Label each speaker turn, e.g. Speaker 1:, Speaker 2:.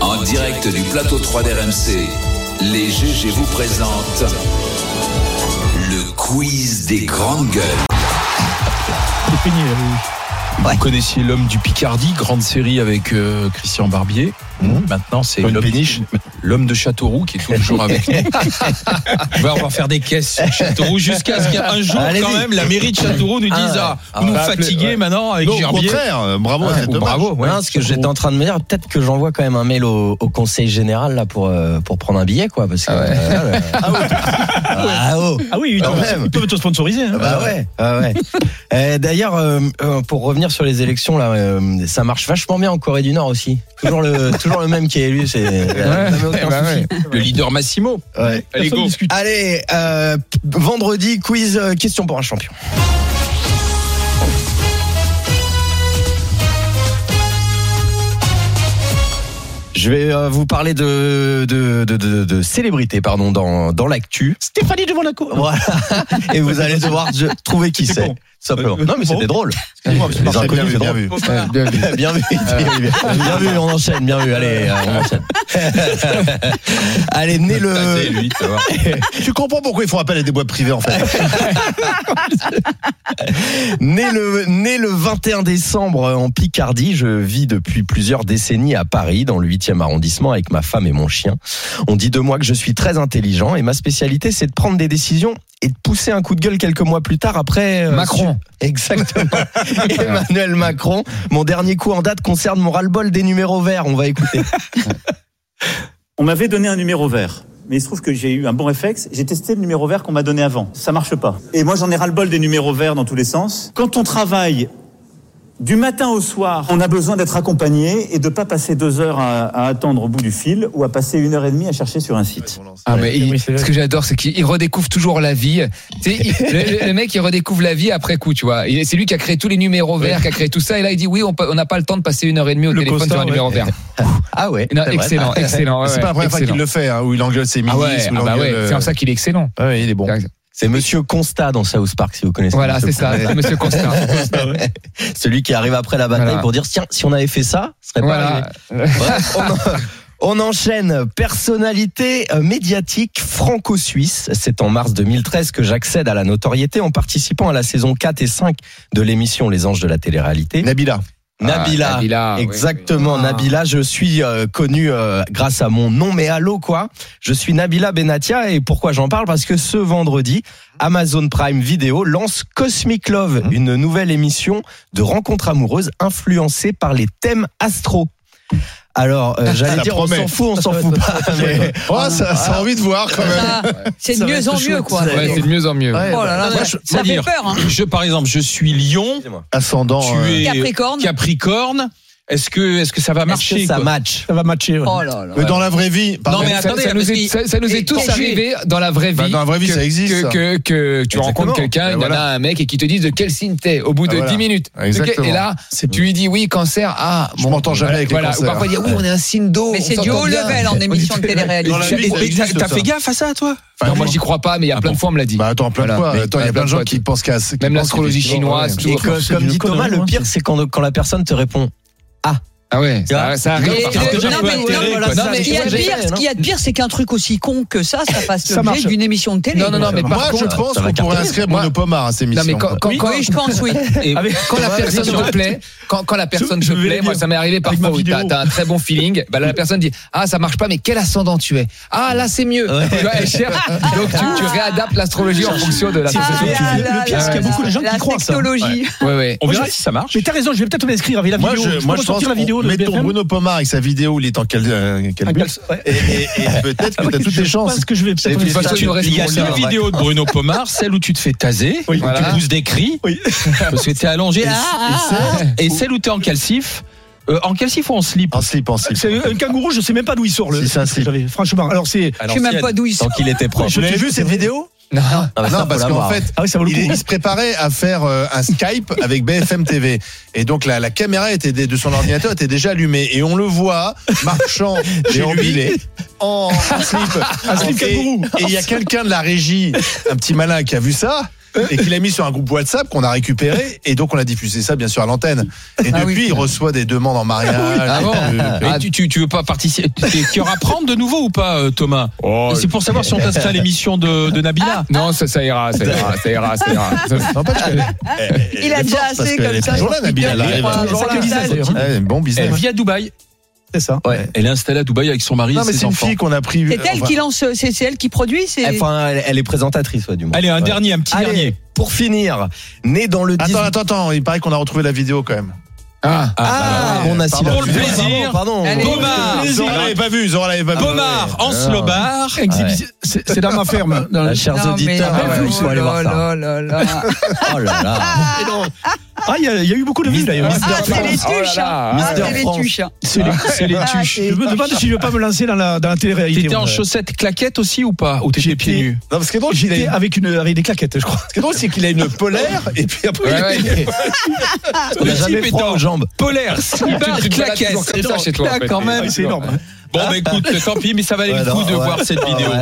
Speaker 1: En direct du plateau 3 d'RMC, les GG vous présentent le quiz des grandes gueules.
Speaker 2: C'est fini la rouge.
Speaker 3: Vous connaissiez l'homme du Picardie, grande série avec euh, Christian Barbier. Maintenant, c'est
Speaker 4: Paul
Speaker 3: l'homme
Speaker 4: Péniche.
Speaker 3: l'homme de Châteauroux qui est toujours avec nous. Je vais avoir faire des caisses sur Châteauroux jusqu'à ce qu'il y ait un jour,
Speaker 4: Allez-y.
Speaker 3: quand même, la mairie de Châteauroux nous dise Ah,
Speaker 4: Ah,
Speaker 3: vous nous
Speaker 4: bah, appelez-
Speaker 3: fatiguez
Speaker 4: ouais.
Speaker 3: maintenant avec
Speaker 4: Non, au
Speaker 3: Gerbier.
Speaker 4: contraire, euh, bravo à
Speaker 3: Ah,
Speaker 4: cet
Speaker 3: ou
Speaker 4: hommage.
Speaker 3: bravo, ouais.
Speaker 5: Non, ce que j'étais en train de me dire, peut-être que j'envoie quand même un mail au, au conseil général là pour euh, pour prendre un billet quoi, parce que euh, là, le- ah oh.
Speaker 2: Ah oui, ils
Speaker 5: Ah,
Speaker 2: peuvent-
Speaker 5: même.
Speaker 2: ils peuvent te sponsoriser. hein.
Speaker 5: Bah ouais, ah ouais. Euh, D'ailleurs, euh, euh, pour revenir sur les élections là, euh, ça marche vachement bien en Corée du Nord aussi. Toujours le toujours le même qui est élu, c'est euh,
Speaker 2: Eh ben
Speaker 5: jamais
Speaker 6: eh
Speaker 5: aucun
Speaker 6: bah,
Speaker 5: souci.
Speaker 3: Le leader Massimo.
Speaker 5: Ouais.
Speaker 3: Allez,
Speaker 2: Personne
Speaker 3: go.
Speaker 2: discute.
Speaker 5: Allez, euh, p- vendredi quiz euh, question pour un champion. Je vais euh, vous parler de de, de, de, de célébrités pardon dans dans l'actu.
Speaker 2: Stéphanie devant la cour.
Speaker 5: Voilà. Et vous allez devoir je- trouver qui
Speaker 2: C'est
Speaker 5: c'est.
Speaker 2: bon.
Speaker 5: Simplement.
Speaker 2: Euh,
Speaker 5: Non mais
Speaker 2: bon.
Speaker 5: c'était drôle.
Speaker 4: Excuse-moi, parce que
Speaker 5: Les
Speaker 4: Marseille,
Speaker 5: inconnus, c'est
Speaker 4: bien vu, bien vu.
Speaker 5: Bien vu, Thierry. bien vu, on enchaîne, bien vu. Allez, euh, on enchaîne. allez, né
Speaker 3: Tadé,
Speaker 5: le
Speaker 3: lui,
Speaker 2: hein.
Speaker 3: tu vas voir.
Speaker 4: Tu comprends pourquoi ils font appel à des boîtes privées en fait.
Speaker 5: Né le, né le 21 décembre en Picardie, je vis depuis plusieurs décennies à Paris, dans le 8e arrondissement, avec ma femme et mon chien. On dit de moi que je suis très intelligent et ma spécialité, c'est de prendre des décisions et de pousser un coup de gueule quelques mois plus tard après. euh,
Speaker 6: Macron.
Speaker 5: su- Exactement. Emmanuel Macron. Mon dernier coup en date concerne mon ras-le-bol des numéros verts. On va écouter.
Speaker 7: On m'avait donné un numéro vert. Mais il se trouve que j'ai eu un bon réflexe. J'ai testé le numéro vert qu'on m'a donné avant. Ça marche pas. Et moi, j'en ai ras-le-bol des numéros verts dans tous les sens. Quand on travaille du matin au soir, on a besoin d'être accompagné et de pas passer deux heures à, à attendre au bout du fil ou à passer une heure et demie à chercher sur un site.
Speaker 6: Ah, mais il-
Speaker 2: oui, c'est vrai.
Speaker 6: ce que j'adore, c'est qu'il il redécouvre toujours la vie. Tu sais, il- le, le mec, il redécouvre la vie après coup, tu vois. Il- C'est lui qui a créé tous les numéros verts, qui a créé tout ça. Et là, il dit oui, on peut- on n'a pas le temps de passer une heure et demie au
Speaker 2: Le
Speaker 6: téléphone
Speaker 2: constat,
Speaker 6: sur un
Speaker 2: ouais.
Speaker 6: numéro vert.
Speaker 5: Ah ouais.
Speaker 6: Non,
Speaker 5: c'est vrai.
Speaker 6: excellent, excellent. ouais,
Speaker 4: C'est pas la
Speaker 6: ouais,
Speaker 4: première fois qu'il
Speaker 6: excellent.
Speaker 4: le fait, hein, où il engueule ses
Speaker 6: Ah
Speaker 4: ministres.
Speaker 6: ouais,
Speaker 4: où il
Speaker 6: ah bah ouais,
Speaker 4: engueule, euh,
Speaker 6: c'est comme ça qu'il est excellent.
Speaker 4: Ah ouais, il est bon.
Speaker 5: C'est Monsieur Constat dans South Park, si vous connaissez.
Speaker 6: Voilà,
Speaker 5: Monsieur
Speaker 6: c'est ça, c'est Monsieur Constant.
Speaker 5: Celui qui arrive après la bataille
Speaker 6: Voilà.
Speaker 5: pour dire tiens, si on avait fait ça, ce serait pas arrivé.
Speaker 6: Voilà.
Speaker 5: Bref, on, en- on enchaîne. Personnalité euh, médiatique franco-suisse. C'est en mars 2013 que j'accède à la notoriété en participant à la saison 4 et 5 de l'émission Les Anges de la télé-réalité.
Speaker 4: Nabila.
Speaker 5: Nabila.
Speaker 6: Ah, Nabila, oui,
Speaker 5: Exactement,
Speaker 6: oui.
Speaker 5: Nabila. Je suis euh, connu euh, grâce à mon nom, mais allô quoi. Je suis Nabila Benatia et pourquoi j'en parle Parce que ce vendredi, Amazon Prime Video lance Cosmic Love, une nouvelle émission de rencontres amoureuses influencée par les thèmes astro. Alors, euh, j'allais
Speaker 4: Ça
Speaker 5: dire,
Speaker 4: promet.
Speaker 5: on s'en fout, on s'en fout pas. mais-
Speaker 4: Oh, ça, ça a envie de voir quand même.
Speaker 8: Ah, c'est de
Speaker 5: Ça va
Speaker 8: mieux
Speaker 5: être
Speaker 8: en
Speaker 5: chouette,
Speaker 8: mieux, quoi.
Speaker 5: ça.
Speaker 6: Ouais, c'est de mieux en mieux.
Speaker 4: Ouais.
Speaker 8: Oh là là,
Speaker 3: Moi,
Speaker 8: ouais,
Speaker 3: je-
Speaker 8: ça
Speaker 3: faut
Speaker 8: fait
Speaker 3: dire.
Speaker 8: peur. Hein.
Speaker 3: Je, par exemple, je suis Lion,
Speaker 5: Ah,
Speaker 4: Ascendant.
Speaker 3: tu
Speaker 4: euh,
Speaker 3: es
Speaker 8: Capricorne.
Speaker 3: Capricorne. Est-ce que, est-ce que ça va
Speaker 5: Est-ce
Speaker 3: marcher
Speaker 5: que ça
Speaker 3: quoi
Speaker 5: match
Speaker 2: Ça va matcher. ouais.
Speaker 8: Oh là là.
Speaker 4: Mais dans la vraie vie, pardon.
Speaker 3: Non, mais
Speaker 6: Ah, Ça-
Speaker 3: attendez,
Speaker 6: ça,
Speaker 3: parce
Speaker 6: nous est,
Speaker 3: qu'il-
Speaker 6: ça, ça nous
Speaker 8: et-
Speaker 6: est tous
Speaker 8: et-
Speaker 6: arrivé dans la vraie vie.
Speaker 4: Bah, dans la vraie vie,
Speaker 6: que-
Speaker 4: ça existe,
Speaker 6: Que,
Speaker 4: ça.
Speaker 6: que, que tu rencontres quelqu'un,
Speaker 4: Ben
Speaker 6: il y en
Speaker 4: voilà.
Speaker 6: a un mec et qui te dit de quel signe t'es au bout de
Speaker 4: Ben voilà.
Speaker 6: 10 minutes.
Speaker 4: Exactement.
Speaker 6: Et là, tu lui dis oui, cancer, ah,
Speaker 4: Je m'entends jamais avec les
Speaker 6: voilà. Ou
Speaker 4: cancers.
Speaker 6: parfois il dit oui, on est un signe d'eau.
Speaker 8: Mais
Speaker 6: on
Speaker 8: c'est du
Speaker 6: s'entend
Speaker 8: haut
Speaker 6: bien.
Speaker 8: level en émission de télé-réalité.
Speaker 4: Dans la vie, ça
Speaker 3: Mais t'as-
Speaker 4: existe,
Speaker 3: T'as
Speaker 4: ça.
Speaker 3: fait gaffe à ça, toi
Speaker 6: Non, moi j'y crois pas, mais il y a plein de fois on me l'a dit.
Speaker 4: Bah attends, plein de
Speaker 6: Voilà.
Speaker 4: fois.
Speaker 6: Mais-
Speaker 4: Attends, il y a
Speaker 6: plein
Speaker 4: plein de
Speaker 6: de
Speaker 4: gens
Speaker 6: fois,
Speaker 4: qui
Speaker 6: tout.
Speaker 4: pensent qu'à. qui
Speaker 6: Même
Speaker 4: pensent
Speaker 6: l'astrologie
Speaker 4: qu'effectivement,
Speaker 6: chinoise,
Speaker 4: ouais.
Speaker 6: tout.
Speaker 5: Et
Speaker 6: Toujours.
Speaker 5: que-
Speaker 2: C'est
Speaker 5: comme
Speaker 2: une
Speaker 5: dit Thomas,
Speaker 2: connerie,
Speaker 5: le
Speaker 2: hein,
Speaker 5: pire, c'est quand, quand la personne te répond.
Speaker 6: Ah ouais,
Speaker 5: Tu vois
Speaker 6: ça, ça
Speaker 5: Et-
Speaker 6: arrive.
Speaker 8: Et-
Speaker 6: parce que-
Speaker 8: non,
Speaker 3: un peu
Speaker 8: mais-
Speaker 3: atterré,
Speaker 8: non,
Speaker 3: quoi.
Speaker 8: voilà,
Speaker 6: Non,
Speaker 8: ça,
Speaker 6: mais-
Speaker 8: ce qu'il y a
Speaker 5: Ouais,
Speaker 8: de pire,
Speaker 5: ouais,
Speaker 8: ce qu'il y a de pire, c'est qu'un truc aussi con que ça, ça fasse
Speaker 2: marche.
Speaker 8: l'objet d'une émission de télé.
Speaker 6: Non, non, non, mais
Speaker 4: Moi,
Speaker 6: par
Speaker 4: je
Speaker 6: contre.
Speaker 4: pense
Speaker 5: ça va
Speaker 4: qu'on pourrait
Speaker 5: cartonner.
Speaker 4: inscrire
Speaker 6: Moi-
Speaker 4: Bruno Pomar à ces missions.
Speaker 6: Non, mais quand, quand, quand,
Speaker 8: Oui, je pense, oui.
Speaker 6: Et
Speaker 2: Avec-
Speaker 6: quand la
Speaker 2: Ouais,
Speaker 6: personne
Speaker 2: bien sûr.
Speaker 6: te plaît, quand, quand la personne
Speaker 2: Je
Speaker 6: te
Speaker 2: vais le
Speaker 6: plaît, moi
Speaker 2: dire.
Speaker 6: ça m'est arrivé
Speaker 2: Avec ma
Speaker 6: parfois où
Speaker 2: vidéo.
Speaker 6: t'as t'as un très bon feeling, bah là la personne dit ah ça marche pas mais quel ascendant tu es ah là c'est mieux
Speaker 5: Ouais.
Speaker 6: Tu vois, elle cherche. donc tu, tu réadaptes l'astrologie en fonction de la
Speaker 2: C'est-
Speaker 6: société.
Speaker 2: là, là,
Speaker 8: le
Speaker 2: pire, c'est qu'il y a beaucoup de gens qui croient à
Speaker 8: La
Speaker 2: ça.
Speaker 8: technologie.
Speaker 6: Ouais ouais.
Speaker 3: On
Speaker 2: Moi,
Speaker 3: verra
Speaker 2: je-
Speaker 3: si ça marche.
Speaker 2: Mais t'as raison, je vais peut-être m'inscrire avec la
Speaker 4: Moi,
Speaker 2: vidéo.
Speaker 4: je,
Speaker 2: peux
Speaker 4: moi, je pense.
Speaker 2: ressortir la vidéo
Speaker 4: qu'on-
Speaker 2: de
Speaker 4: mettons
Speaker 2: BFM.
Speaker 4: Bruno Pomar avec sa vidéo où il est en cal- euh,
Speaker 2: Un
Speaker 4: calbut.
Speaker 2: calce- ouais.
Speaker 4: Et, et- et peut-être que t'as toutes
Speaker 2: Je
Speaker 4: tes
Speaker 2: pense
Speaker 4: chances.
Speaker 2: que je vais peut-être.
Speaker 4: C'est
Speaker 2: m'inscrire.
Speaker 6: Parce que nous
Speaker 3: Il y a
Speaker 6: restons
Speaker 3: deux
Speaker 6: libres.
Speaker 3: vidéos de Bruno Pomar, celle où tu te fais taser, où
Speaker 6: Voilà.
Speaker 3: tu pousses des cris, parce que t'es allongé, ah, ah, ah, et celle où t'es en calcif, euh, en calcif ou en slip
Speaker 4: En slip, en slip.
Speaker 2: C'est euh, un kangourou, je sais même pas d'où il sort le.
Speaker 4: Si, c'est un
Speaker 2: ce que
Speaker 4: slip.
Speaker 2: j'avais. Franchement, alors c'est.
Speaker 8: Je sais même pas d'où ils sont.
Speaker 5: Tant qu'il était proche.
Speaker 2: Je l'ai vu cette
Speaker 4: vidéo
Speaker 6: Non.
Speaker 4: Non, parce qu'en fait,
Speaker 2: Ah oui, ça vaut le
Speaker 4: il,
Speaker 2: coup.
Speaker 4: il se préparait à faire euh, un Skype avec BFM TV. Et donc, la, la caméra était, dé- de son ordinateur était déjà allumée. Et on le voit marchant déambulé en, en slip.
Speaker 2: slip
Speaker 4: Et-
Speaker 2: kangourou.
Speaker 4: Et il y a quelqu'un de la régie, un petit malin, qui a vu ça. et qu'il a mis sur un groupe WhatsApp qu'on a récupéré et donc on a diffusé ça bien sûr à l'antenne. Et
Speaker 6: Ah oui.
Speaker 4: depuis, il reçoit des demandes en mariage.
Speaker 6: Ah bon
Speaker 4: Euh,
Speaker 3: Et tu, tu, tu veux pas participer Tu auras prendre de nouveau ou pas, euh, Thomas
Speaker 4: oh,
Speaker 3: C'est pour savoir si on t'inscrit à l'émission de, de Nabila.
Speaker 6: Ah. Non, ça, ça ira, ça ira, ça ira, ça ira. Ça-
Speaker 4: n'empêche qu'elle- elle- elle
Speaker 8: Il a
Speaker 4: est
Speaker 8: déjà
Speaker 4: forte parce
Speaker 8: assez
Speaker 4: qu'elle
Speaker 8: comme
Speaker 4: est
Speaker 8: ça.
Speaker 4: toujours là, Nabila, elle arrive.
Speaker 8: Ouais,
Speaker 3: toujours
Speaker 8: ça
Speaker 3: là.
Speaker 8: comme ça,
Speaker 3: Lisa,
Speaker 4: Ouais, elle est bon business.
Speaker 3: Elle vit à Dubaï.
Speaker 2: C'est ça.
Speaker 3: Elle est installée à Dubaï avec son mari
Speaker 4: Non,
Speaker 3: et
Speaker 4: mais c'est
Speaker 3: ses
Speaker 4: une
Speaker 3: enfants.
Speaker 4: fille qu'on a pris.
Speaker 8: C'est elle
Speaker 4: enfin,
Speaker 8: qui lance, c'est c'est elle qui produit, c'est.
Speaker 5: Enfin, elle, elle est présentatrice, ouais, du moins.
Speaker 3: Allez, un
Speaker 5: Ouais.
Speaker 3: dernier, un petit
Speaker 5: Allez,
Speaker 3: dernier.
Speaker 5: pour finir, né dans le 18...
Speaker 4: Attends, attends, attends, il paraît qu'on a retrouvé la vidéo quand même.
Speaker 6: Ah,
Speaker 5: Ah,
Speaker 4: ouais.
Speaker 5: on a
Speaker 4: Pardon,
Speaker 5: Sylvain.
Speaker 3: pour le plaisir.
Speaker 5: Pardon,
Speaker 8: Allez.
Speaker 5: pardon.
Speaker 3: Thomas
Speaker 4: Zora l'avait pas vu, Zora l'avait pas vu.
Speaker 3: Pomard, Ancelobard.
Speaker 2: Exhibi- C'est c'est dans ma ferme. Dans la-
Speaker 5: Ah, Chers
Speaker 8: Non, mais-
Speaker 5: auditeurs,
Speaker 8: Ah,
Speaker 5: il
Speaker 8: ouais,
Speaker 5: faut
Speaker 8: oh
Speaker 5: aller voir ça.
Speaker 8: là là là là.
Speaker 5: Oh là là.
Speaker 2: Ah, il y, a il y a eu beaucoup de vues d'ailleurs.
Speaker 8: Ah, c'est les
Speaker 6: Oh là
Speaker 8: tuches.
Speaker 6: là,
Speaker 8: hein. Ah,
Speaker 5: Mister
Speaker 8: c'est les
Speaker 5: France.
Speaker 8: tuches. hein.
Speaker 2: C'est les, c'est les
Speaker 8: Ah,
Speaker 2: tuches.
Speaker 8: c'est les
Speaker 2: Je me demande si je veux pas me lancer dans la, dans la télé-réalité.
Speaker 3: T'étais en
Speaker 2: moi.
Speaker 3: chaussettes claquettes aussi ou pas Ou t'étais
Speaker 2: J'étais-
Speaker 3: pieds nus
Speaker 4: Non, parce que donc, il a
Speaker 2: J'étais
Speaker 4: une-
Speaker 2: avec, une, avec des claquettes, je crois.
Speaker 4: Ce qui est drôle, c'est qu'il a une polaire et puis après.
Speaker 6: Ouais, ouais.
Speaker 5: On n'a
Speaker 3: Le
Speaker 5: jamais
Speaker 3: type est
Speaker 5: froid
Speaker 3: en
Speaker 5: aux jambes.
Speaker 3: Polaire,
Speaker 2: Ah,
Speaker 3: slibard,
Speaker 6: Tu te balades
Speaker 3: claquettes.
Speaker 6: toujours comme ça chez toi, en
Speaker 3: Claque
Speaker 6: fait.
Speaker 3: quand même.
Speaker 2: C'est énorme. Ah.
Speaker 3: Bon, bah écoute, tant pis, mais ça valait
Speaker 5: Ouais,
Speaker 3: le
Speaker 5: non,
Speaker 3: coup de
Speaker 5: ouais.
Speaker 3: voir cette
Speaker 5: Ah,
Speaker 3: vidéo.
Speaker 5: ouais.